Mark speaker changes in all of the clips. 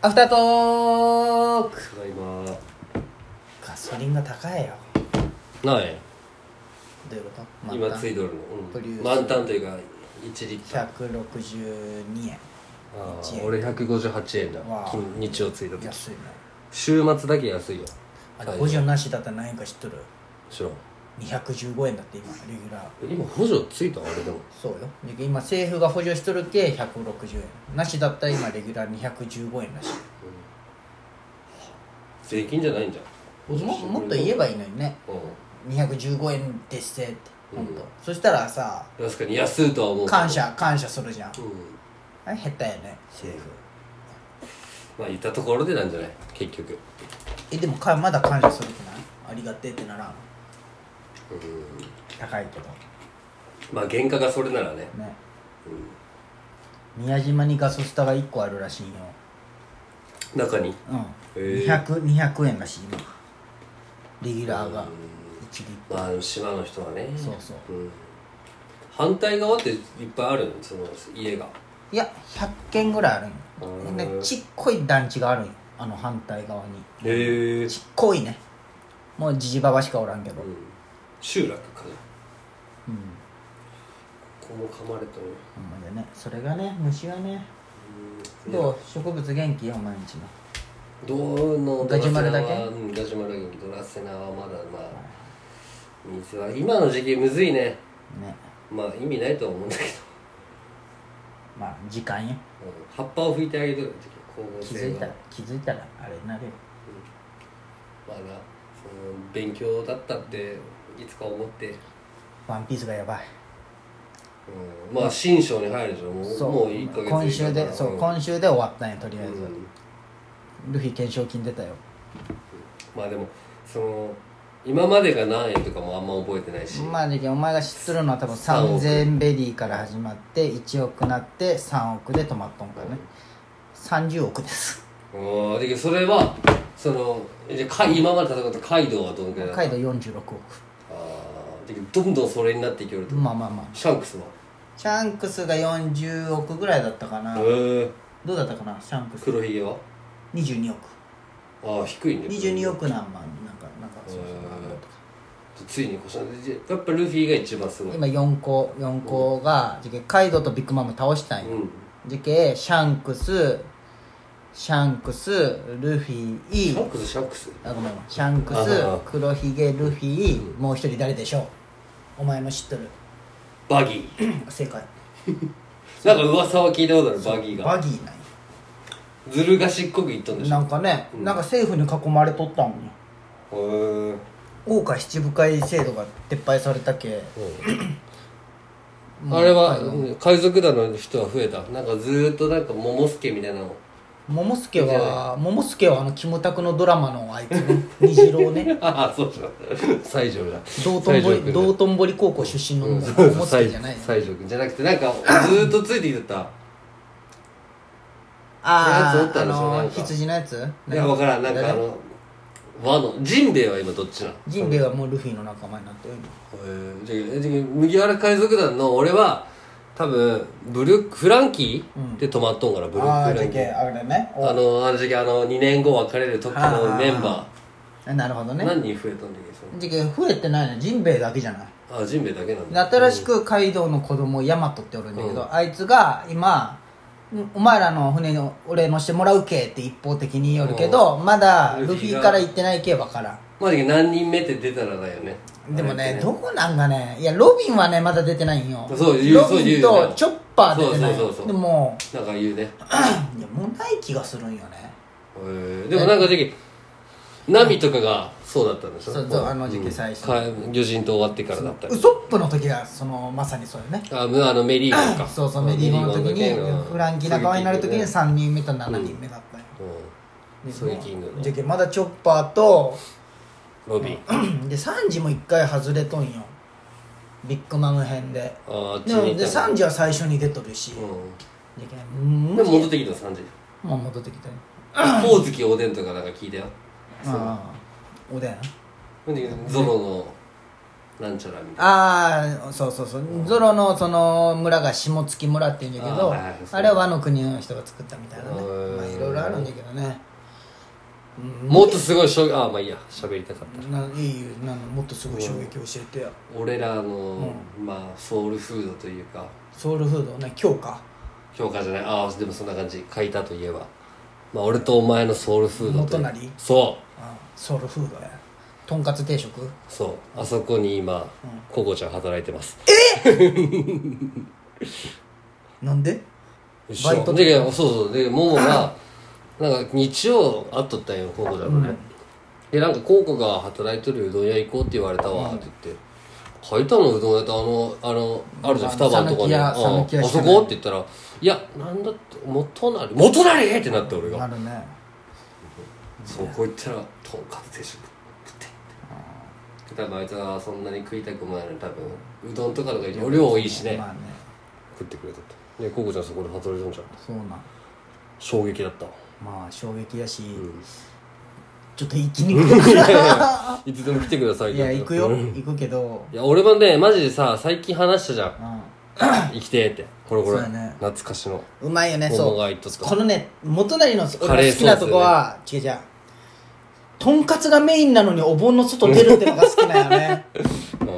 Speaker 1: アフタートーク
Speaker 2: ただいま
Speaker 1: ガソリンが高いよ
Speaker 2: なんや
Speaker 1: どういうこと満タン
Speaker 2: 今ついとるの、
Speaker 1: プ
Speaker 2: う
Speaker 1: リウス
Speaker 2: ん、満タンというか1リッター
Speaker 1: 162円
Speaker 2: あ
Speaker 1: 1
Speaker 2: ー
Speaker 1: 円
Speaker 2: 俺158円だ
Speaker 1: わあ
Speaker 2: 金日をついた時
Speaker 1: 安いね
Speaker 2: 週末だけ安いよ
Speaker 1: あれ
Speaker 2: はい
Speaker 1: 補助なしだったら何円か知っとる
Speaker 2: 知らん
Speaker 1: 215円だって今レギュラー
Speaker 2: え今補助ついたあれでも
Speaker 1: そうよで今政府が補助しとるけ160円なしだったら今レギュラー215円だし
Speaker 2: 税金じゃないんじゃん
Speaker 1: いももっと言えばいいのにね
Speaker 2: う
Speaker 1: 215円ですって
Speaker 2: う
Speaker 1: 本
Speaker 2: ん
Speaker 1: 当、そしたらさ
Speaker 2: ん確かに安いとは思うけど
Speaker 1: 感謝感謝するじゃん
Speaker 2: うん
Speaker 1: あれ減ったよね政府
Speaker 2: まあいたところでなんじゃない結局
Speaker 1: えでもかまだ感謝するくないありがてえってならん
Speaker 2: うん
Speaker 1: 高いけど
Speaker 2: まあ原価がそれならね
Speaker 1: ね
Speaker 2: う
Speaker 1: 宮島にガソスタが1個あるらしいよ
Speaker 2: ん中に
Speaker 1: うん、
Speaker 2: へえ
Speaker 1: 200 200円らしい今レギュラーが
Speaker 2: うん
Speaker 1: 1リッ
Speaker 2: まあ島の人はね
Speaker 1: そうそう
Speaker 2: うん、反対側っていっぱいあるのその家が
Speaker 1: いや100軒ぐらいあるんよ
Speaker 2: う
Speaker 1: ほ
Speaker 2: ん
Speaker 1: んでちっこい団地があるんよあの反対側に
Speaker 2: へえ
Speaker 1: ちっこいねもうじじばばしかおらんけど
Speaker 2: うん、集落かな
Speaker 1: うん
Speaker 2: ここも噛まれとる
Speaker 1: ほんまでねそれがね虫はね
Speaker 2: うん
Speaker 1: どう植物元気よ毎日の
Speaker 2: どうの
Speaker 1: ガジュマルだけ
Speaker 2: ドラセナはうんガジュマルだけどドラセナはまだまあ水は今の時期むずいね
Speaker 1: ね
Speaker 2: まあ意味ないとは思うんだけど、
Speaker 1: まあ時間よ
Speaker 2: うん葉っぱを拭いてあげとる時光合
Speaker 1: 気
Speaker 2: 成
Speaker 1: づい
Speaker 2: は
Speaker 1: たら気づいたらあれになるよ
Speaker 2: まあなその勉強だったっていつか思って、
Speaker 1: ワンピースがやばい
Speaker 2: うん、まあ新章に入るでしょもう
Speaker 1: そう
Speaker 2: もう1ヶ月
Speaker 1: 今週でそう
Speaker 2: 今
Speaker 1: 今週で終わったんやとりあえず、
Speaker 2: うん
Speaker 1: ルフィ懸賞金出たよ
Speaker 2: まあでもその今までが何円とかもあんま覚えてないし、
Speaker 1: まあじゃあお前が知っとるのは多分
Speaker 2: 3億
Speaker 1: 3000ベリーから始まって1億なって3億で止まっとんからね30億です
Speaker 2: うんだけどそれはそのじゃあか今まで戦ったカイドウはどのくらいだ
Speaker 1: 北
Speaker 2: った
Speaker 1: 海道46億
Speaker 2: あーだけどどんどんそれになっていけると、
Speaker 1: まあまあまあ
Speaker 2: シャンクスは
Speaker 1: シャンクスが40億ぐらいだったかな
Speaker 2: へえ
Speaker 1: どうだったかなシャンクス
Speaker 2: 黒ひげは
Speaker 1: 22億
Speaker 2: ああ低いね
Speaker 1: 22億何万なんかなんか
Speaker 2: へ
Speaker 1: そ
Speaker 2: ー
Speaker 1: うそう
Speaker 2: ついに越したんでやっぱルフィが一番すごい
Speaker 1: 今4個4個がじゃけカイドウとビッグマム倒したんよ、
Speaker 2: うん
Speaker 1: じゃけシャンクスシャンクスルフィイ
Speaker 2: シャンクスシャンクス
Speaker 1: あごめんごめんシャンクス
Speaker 2: あ
Speaker 1: 黒ひげルフィもう一人誰でしょうお前の知っとる
Speaker 2: バギー
Speaker 1: 正解
Speaker 2: なんか噂は聞いたことあるバギーが
Speaker 1: バギーなん
Speaker 2: ずる賢く言ったんで
Speaker 1: や
Speaker 2: し
Speaker 1: な
Speaker 2: ょ
Speaker 1: んかね、なんか政府に囲まれとったんよ
Speaker 2: へえ
Speaker 1: 豪華七部会制度が撤廃されたけ
Speaker 2: あれはうん海賊団の人は増えたなんかずーっとなんか桃助みたいなの
Speaker 1: 桃助は桃助はあのキムタクのドラマのあいつね虹郎ね
Speaker 2: ああそうじゃん西条だ
Speaker 1: 道頓
Speaker 2: 西条
Speaker 1: 堀
Speaker 2: 君
Speaker 1: 道頓堀高校出身の
Speaker 2: うん
Speaker 1: 桃助じ ゃないの
Speaker 2: 西条君じゃなくてなんかずーっとついてきてた
Speaker 1: あ
Speaker 2: やつおっ
Speaker 1: あ
Speaker 2: た
Speaker 1: あ
Speaker 2: でしょな
Speaker 1: の
Speaker 2: んか
Speaker 1: 羊のやつ
Speaker 2: いや分からんなんかあ
Speaker 1: 誰
Speaker 2: の和のジンベエは今どっちなの
Speaker 1: ジンベエはもうルフィの仲間になってる
Speaker 2: えー、じゃあじゃあ麦わら海賊団の俺は多分ブルックフランキーで止まっとんから、ブルックフランキー
Speaker 1: あれね
Speaker 2: あのあの時期あの2年後別れる時のメンバ
Speaker 1: なるほど
Speaker 2: ー
Speaker 1: ね
Speaker 2: 何人増えたんだっけその
Speaker 1: じゃけ増えてないのジンベエだけじゃない
Speaker 2: あジンベエだけなんだ
Speaker 1: 新しくカイドウの子供ヤマトっておるんだけど、あいつが今んお前らの船のお礼乗してもらうけって一方的に言おるけど、まだル
Speaker 2: ル
Speaker 1: フ
Speaker 2: フィが
Speaker 1: ィから言ってないけわから
Speaker 2: まあ、だけど何人目って出たらだよね
Speaker 1: んでもね
Speaker 2: あれって
Speaker 1: どこなんかねいやロビンはねまだ出てないんよ
Speaker 2: そう言う
Speaker 1: ロ
Speaker 2: そう
Speaker 1: ビ
Speaker 2: 言
Speaker 1: ン
Speaker 2: うよ
Speaker 1: と
Speaker 2: ね
Speaker 1: チョッパー出てない
Speaker 2: そうそうそうそう
Speaker 1: でも
Speaker 2: なんか言うね
Speaker 1: いやもうない気がするんよね
Speaker 2: えーでもなんか時期ナミとかがそうだったんでしょ
Speaker 1: そうそうあの時期最初
Speaker 2: うんか魚人島終わってからだったり
Speaker 1: ウソップの時がそのまさにそうよね
Speaker 2: あむあのメリーゴンか
Speaker 1: そうそうメディゴの時にフランキー仲間になる時に
Speaker 2: さ
Speaker 1: 3人目と7人目だったよ、
Speaker 2: うんソイキングの
Speaker 1: じゃけまだチョッパーと
Speaker 2: ロビ ン
Speaker 1: でサンジも1回外れとんよビッグマム編で
Speaker 2: あーあっ
Speaker 1: で
Speaker 2: ち
Speaker 1: も
Speaker 2: に
Speaker 1: でサン
Speaker 2: 時
Speaker 1: ジは最初に出とるし、じゃけうん
Speaker 2: でも戻ってきた3時
Speaker 1: もう戻ってきたよ
Speaker 2: ほおずきおでんとかなんか聞いたよ
Speaker 1: ああおでん
Speaker 2: ほんでゾロのなんちゃらみたい
Speaker 1: ああそうそうそう、ゾロのその村が下月村っていうんだけど
Speaker 2: あー
Speaker 1: あ,、
Speaker 2: はいはい
Speaker 1: れは和の国の人が作ったみたいなね
Speaker 2: へー
Speaker 1: まあいろいろああるんだけどね
Speaker 2: もっとすごいしょああまあいいや喋りたかった
Speaker 1: ないいなんもっとすごい衝撃を教えてよ
Speaker 2: 俺らの、まあソウルフードというか
Speaker 1: ソウルフードね今日か
Speaker 2: 評価じゃないああでもそんな感じ書いたといえばまあ俺とお前のソウルフードという
Speaker 1: 元就
Speaker 2: そう
Speaker 1: あソウルフードやとんかつ定食
Speaker 2: そうあそこに今、ココちゃん働いてます
Speaker 1: なんで
Speaker 2: バイトでそうそうでもも がなんか日曜会っとったんよココちゃんのね、でなんかココが働いてるうどん屋行こうって言われたわって言って「書いたのうどん屋とあのあのあるじゃん
Speaker 1: あ
Speaker 2: 二晩とかに、
Speaker 1: 讃岐屋
Speaker 2: うん
Speaker 1: 讃岐屋
Speaker 2: あ
Speaker 1: しか
Speaker 2: そ
Speaker 1: ない
Speaker 2: こ?」って言ったら「いやなんだって元なり元なり!」ってなって俺が、
Speaker 1: なるね
Speaker 2: そこ行ったらとんかつ定食食って多分あいつはそんなに食いたくもないのに多分うどんとかとかよりお量多いしね、
Speaker 1: まあね
Speaker 2: 食ってくれたとねココちゃんそこで働いてんじゃん
Speaker 1: そうなん
Speaker 2: 衝撃だったわ
Speaker 1: まあ衝撃やし、
Speaker 2: ん
Speaker 1: ちょっと行きにくい
Speaker 2: いつでも来てください
Speaker 1: いや行くよ
Speaker 2: うん
Speaker 1: 行くけど
Speaker 2: いや俺もねマジでさ最近話したじゃん
Speaker 1: うん
Speaker 2: 生きてーってこれこれ、
Speaker 1: そうやね
Speaker 2: 懐かしの
Speaker 1: うまいよね
Speaker 2: 桃
Speaker 1: そ
Speaker 2: が
Speaker 1: う
Speaker 2: 入っとった
Speaker 1: このね元成の
Speaker 2: カ
Speaker 1: 俺
Speaker 2: レ
Speaker 1: が好
Speaker 2: ーソース
Speaker 1: きなとこは、違う違うとんかつがメインなのにお盆の外出るってのが好きなんよ ね
Speaker 2: うん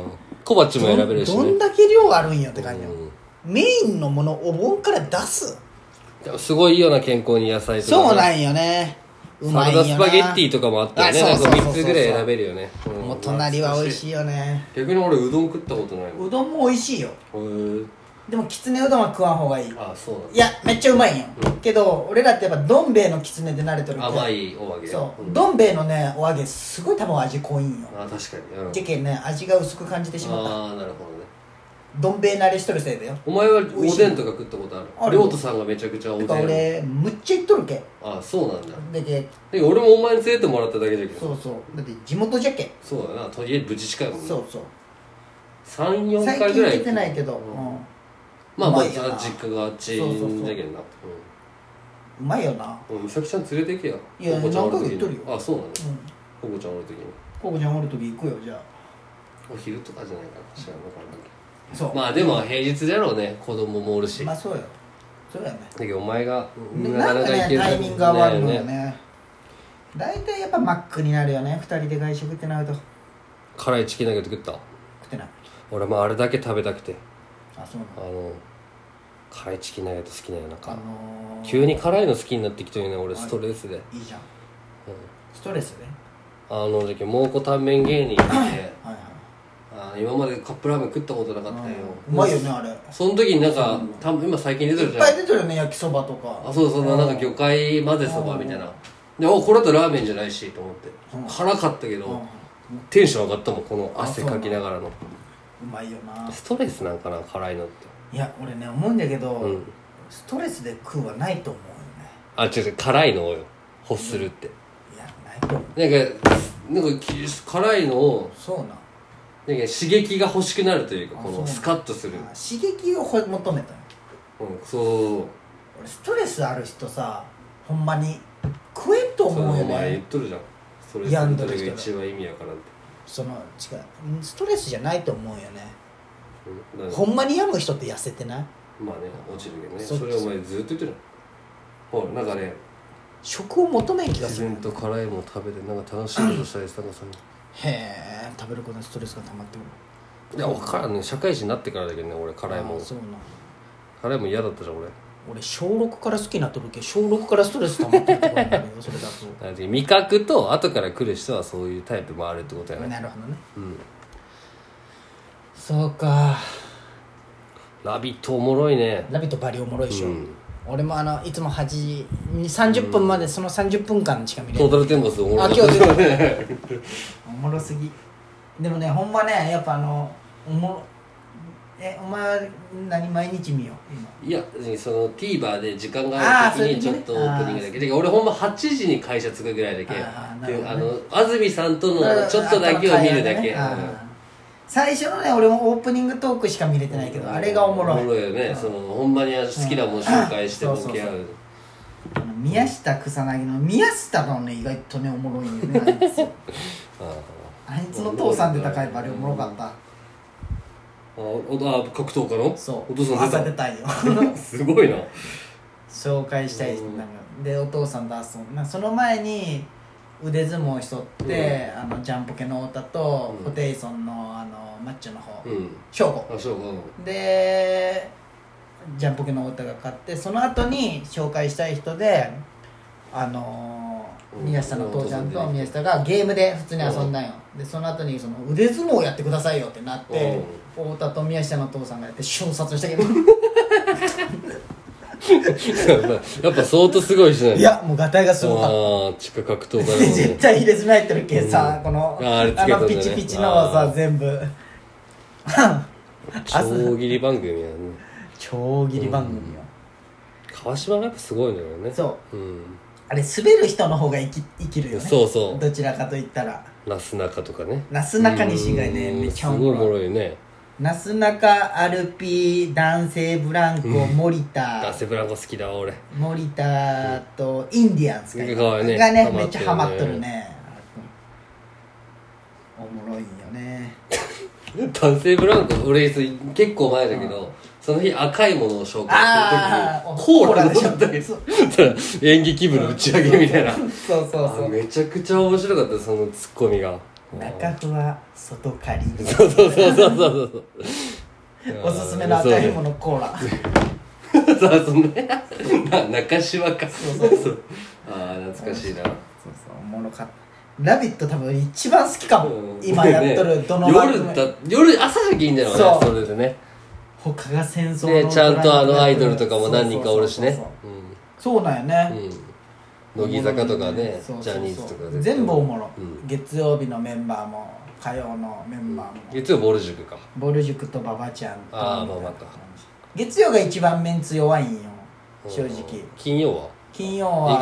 Speaker 2: 小鉢も選べるし
Speaker 1: ど
Speaker 2: ね
Speaker 1: んだけ量あるんやって感じよ、
Speaker 2: うん
Speaker 1: メインのものお盆から出す
Speaker 2: でもすごいいいような健康に野菜とか、
Speaker 1: そうなんよねうま
Speaker 2: サ
Speaker 1: い
Speaker 2: ラ
Speaker 1: んよ
Speaker 2: ダ
Speaker 1: な
Speaker 2: スパゲッティとかもあったよね
Speaker 1: あ
Speaker 2: なん
Speaker 1: そう
Speaker 2: か
Speaker 1: そうそうそう
Speaker 2: 3つぐらい選べるよね、うん
Speaker 1: もう隣は美味しいよね
Speaker 2: 逆に俺うどん食ったことないう
Speaker 1: どんも美味しいよ
Speaker 2: んへ
Speaker 1: でもきつねうどんは食わん方がいい
Speaker 2: えあそうなん
Speaker 1: いやめっちゃうまいんよ、けど俺らってやっぱどん兵衛のきつねで慣れてるんで
Speaker 2: 甘いお揚げ
Speaker 1: そう、
Speaker 2: ん
Speaker 1: どん兵衛のねお揚げすごい多分味濃いんよ
Speaker 2: あ確かに、うん、
Speaker 1: じゃけんね味が薄く感じてしまった
Speaker 2: ああなるほどね
Speaker 1: どん兵衛慣れしとるせいだよ
Speaker 2: お前はおでんとか食ったことある
Speaker 1: ある
Speaker 2: 亮太さんがめちゃくちゃおで
Speaker 1: て
Speaker 2: ん
Speaker 1: か俺むっちゃ行っとるけ
Speaker 2: あそうなんだ
Speaker 1: だけ
Speaker 2: で俺もお前に連れてもらっただけじゃけ
Speaker 1: そ
Speaker 2: ど
Speaker 1: うそうだって地元じゃけ
Speaker 2: そうだなとりあえず無事近いもん
Speaker 1: そ
Speaker 2: ね
Speaker 1: うそう
Speaker 2: 34
Speaker 1: 最
Speaker 2: 回
Speaker 1: 近
Speaker 2: ぐら
Speaker 1: 行
Speaker 2: い
Speaker 1: けてないけど、
Speaker 2: うん
Speaker 1: うん
Speaker 2: まあまあ
Speaker 1: うまいよな
Speaker 2: 実家があっちじゃ
Speaker 1: そうそうそう
Speaker 2: けんな
Speaker 1: うまいよな
Speaker 2: うんうん美咲ちゃん連れてけや
Speaker 1: いや
Speaker 2: ココちゃんおる
Speaker 1: 何回か行っとる
Speaker 2: 時
Speaker 1: よ
Speaker 2: にあそうなんだ
Speaker 1: うん
Speaker 2: ココちゃんおる時に
Speaker 1: ここちゃんおる時行くよじゃ
Speaker 2: お昼とかじゃないかな知らんのかな
Speaker 1: あそう
Speaker 2: まあでも平日だろうね子供もおるし
Speaker 1: まあ
Speaker 2: だ
Speaker 1: そうよそうやね
Speaker 2: けどお前が
Speaker 1: でなんかねタイミングが悪いのよね大体、やっぱマックになるよね二人で外食ってなると食
Speaker 2: 辛いチキンだけど食った
Speaker 1: ってない
Speaker 2: 俺もあれだけ食べたくて
Speaker 1: あそうな
Speaker 2: あの辛いチキンナゲット好きなんやなん
Speaker 1: のあ
Speaker 2: か
Speaker 1: のー、
Speaker 2: 急に辛いの好きになってきてるね俺ストレスで、
Speaker 1: いいじゃん
Speaker 2: うん
Speaker 1: ストレスね
Speaker 2: あの時蒙古タンメン芸人で
Speaker 1: はいはい
Speaker 2: あ今までカップラーメン食ったことなかったよ
Speaker 1: うまいよねあれ
Speaker 2: その時になんかた今最近出てる
Speaker 1: い
Speaker 2: じ
Speaker 1: っ
Speaker 2: ゃん
Speaker 1: ぱい出てるよね焼きそばとか
Speaker 2: あそうそうなんか魚介混ぜそばみたいなでおこれだとラーメンじゃないしと思って
Speaker 1: うん
Speaker 2: 辛かったけ
Speaker 1: うんう
Speaker 2: どテンション上がったもんこの汗
Speaker 1: あそう
Speaker 2: かきながらの
Speaker 1: まいよな
Speaker 2: ストレスなんかな辛いのって
Speaker 1: いや俺ね思うんだけど、
Speaker 2: うん
Speaker 1: ストレスで食うはないと思うよね
Speaker 2: あ違う違う辛いのをよ欲するって
Speaker 1: いやないと思う
Speaker 2: なんかなんかき辛いのを
Speaker 1: そうな
Speaker 2: なんか刺激が欲しくなるというか
Speaker 1: あ
Speaker 2: こ
Speaker 1: そう
Speaker 2: のスカッとする
Speaker 1: あ刺激をほ求めたの
Speaker 2: うんそう
Speaker 1: 俺ストレスある人さほんまに食えんと
Speaker 2: その
Speaker 1: 思うよ
Speaker 2: 前言っ
Speaker 1: ね
Speaker 2: とるじゃんそれ
Speaker 1: 病ん
Speaker 2: そ
Speaker 1: ど
Speaker 2: れ
Speaker 1: る人
Speaker 2: が
Speaker 1: だ
Speaker 2: 一番意味やからって
Speaker 1: その違ううんストレスじゃないと思うよね
Speaker 2: うんだか
Speaker 1: ほんまに病む人って痩せてない
Speaker 2: らまあね落ちるけどね
Speaker 1: そ
Speaker 2: それお前ずっと言ってるじゃんほらなんかね
Speaker 1: 食を求めん気が
Speaker 2: 自
Speaker 1: する
Speaker 2: 然と辛いもの食べてなんか楽しいことしたいさんさん
Speaker 1: へえ食べることにストレスが溜まってくる
Speaker 2: いや分からんね社会人になってからだけどね俺辛いも
Speaker 1: あ
Speaker 2: ん
Speaker 1: ーそうな
Speaker 2: 辛いもん嫌だったじゃん俺
Speaker 1: 俺小6から好きになっとるけど小6からストレス溜まってるってことになるよそれだ
Speaker 2: だから味覚と後から来る人はそういうタイプもあるってことや
Speaker 1: と
Speaker 2: ね
Speaker 1: なるほどね
Speaker 2: うん
Speaker 1: そうか
Speaker 2: 「ラビット!」おもろいね
Speaker 1: 「ラビット!」バリおもろいでしょ、
Speaker 2: うん
Speaker 1: 俺もあのいつも8時に30分までその30分間しか見れない
Speaker 2: トータルテンボスおもろ
Speaker 1: あ
Speaker 2: い
Speaker 1: 今日出たおもろすぎでもねほんまねやっぱあのおもろえお前は何毎日見よう今
Speaker 2: いやその TVer で時間がある時にちょっとオープニングだけで俺ほんま8時に会社着くぐらいだけ
Speaker 1: あーなる
Speaker 2: で
Speaker 1: ほど
Speaker 2: あ
Speaker 1: ね
Speaker 2: の安住さんとのちょっとだけを見るだけ、
Speaker 1: あー
Speaker 2: うん
Speaker 1: 最初のね俺もオープニングトークしか見れてないけど、あれがおもろい
Speaker 2: よねそのほんまに好きなもん紹介して
Speaker 1: うん
Speaker 2: 向き合う
Speaker 1: あの宮下草薙の宮下のね意外とねおもろいんよね あいつ
Speaker 2: あ
Speaker 1: あいつの父さん出た回バリおもろかった
Speaker 2: ああおあ格闘家の
Speaker 1: そう
Speaker 2: お父さん
Speaker 1: 朝
Speaker 2: 出
Speaker 1: 出たんよ
Speaker 2: たすごいな
Speaker 1: 紹介したい人
Speaker 2: うん
Speaker 1: なんかでお父さんと遊んなその前に腕相撲しとって、あのジャンポケの太田と、
Speaker 2: うん
Speaker 1: ホテイソンのあのマッチョの方、
Speaker 2: うん
Speaker 1: 翔子
Speaker 2: あそうか
Speaker 1: でジャンポケの太田が勝ってその後に紹介したい人であのー
Speaker 2: うん
Speaker 1: 宮下の父ちゃん
Speaker 2: お父
Speaker 1: と
Speaker 2: さんで
Speaker 1: 宮下がゲームで普通に遊んだんよでその後にその腕相撲をやってくださいよってなって太田と宮下の父さんがやって瞬殺したけど
Speaker 2: やっぱやっぱ相当すごいしない
Speaker 1: いやもうガタイがすごかった
Speaker 2: ああ地下格闘家だもん
Speaker 1: で絶対入れずないってるけさ、
Speaker 2: うん
Speaker 1: この
Speaker 2: ああれつけたんだね
Speaker 1: のピチピチの
Speaker 2: あ
Speaker 1: さ
Speaker 2: ー
Speaker 1: 全部
Speaker 2: 超切り番組やね
Speaker 1: 超ギリ番組よ、
Speaker 2: 川島がやっぱすごいのよね、
Speaker 1: そう
Speaker 2: うん、
Speaker 1: あれ滑る人の方が生き生きるよね
Speaker 2: そうそ
Speaker 1: どちらかといったら
Speaker 2: うなすなかとかね
Speaker 1: なすなか西がね
Speaker 2: うん
Speaker 1: めっちゃ
Speaker 2: す
Speaker 1: お
Speaker 2: ごい
Speaker 1: も
Speaker 2: おも
Speaker 1: ろい
Speaker 2: ろいね
Speaker 1: なすなかアルピー男性ブランコ森田
Speaker 2: ガセブランコ好きだわ俺
Speaker 1: 森田とインディアンスか
Speaker 2: かわいいね
Speaker 1: がね
Speaker 2: ハマ
Speaker 1: め
Speaker 2: っ
Speaker 1: ってち
Speaker 2: る
Speaker 1: ゃ
Speaker 2: ね
Speaker 1: ハマっとるねおもろいよね
Speaker 2: 男性ブランコ俺結構前だけどその日赤いものを紹介
Speaker 1: ああ
Speaker 2: する時にコーラ
Speaker 1: でしょ
Speaker 2: 飲んだりしたら演劇部の打ち上げみたいな
Speaker 1: そうそうそ
Speaker 2: あ
Speaker 1: う
Speaker 2: めちゃくちゃ面白かったそのツッコミが
Speaker 1: 中ふは外刈り
Speaker 2: そうそうそうそうそうそう
Speaker 1: おすすめの赤いものコーラ
Speaker 2: そうそうそうねな中島かそうそうああ懐かしい
Speaker 1: そう
Speaker 2: な
Speaker 1: そうおもろかった「ラビット!」多分一番好きかも
Speaker 2: うん
Speaker 1: 今やっとるどの番組
Speaker 2: 夜だ夜朝じゃいいんだろうね
Speaker 1: そう
Speaker 2: それでね
Speaker 1: 他が戦争
Speaker 2: ね
Speaker 1: の
Speaker 2: ちゃんとあのアイドルとかも何人かおるしね
Speaker 1: そうそうそうそうそうなんよ
Speaker 2: うん
Speaker 1: ね、
Speaker 2: うん乃木坂とかね
Speaker 1: そうそうそう
Speaker 2: ジャニーズとか
Speaker 1: 全部おもろ
Speaker 2: うん
Speaker 1: 月曜日のメンバーも火曜のメンバーも
Speaker 2: 月曜ボル塾か
Speaker 1: ボル塾と馬場ちゃんと
Speaker 2: あー
Speaker 1: みたいな
Speaker 2: 馬場か
Speaker 1: 感じ月曜が一番メンツ弱いんよ正直
Speaker 2: 金曜は
Speaker 1: 金曜は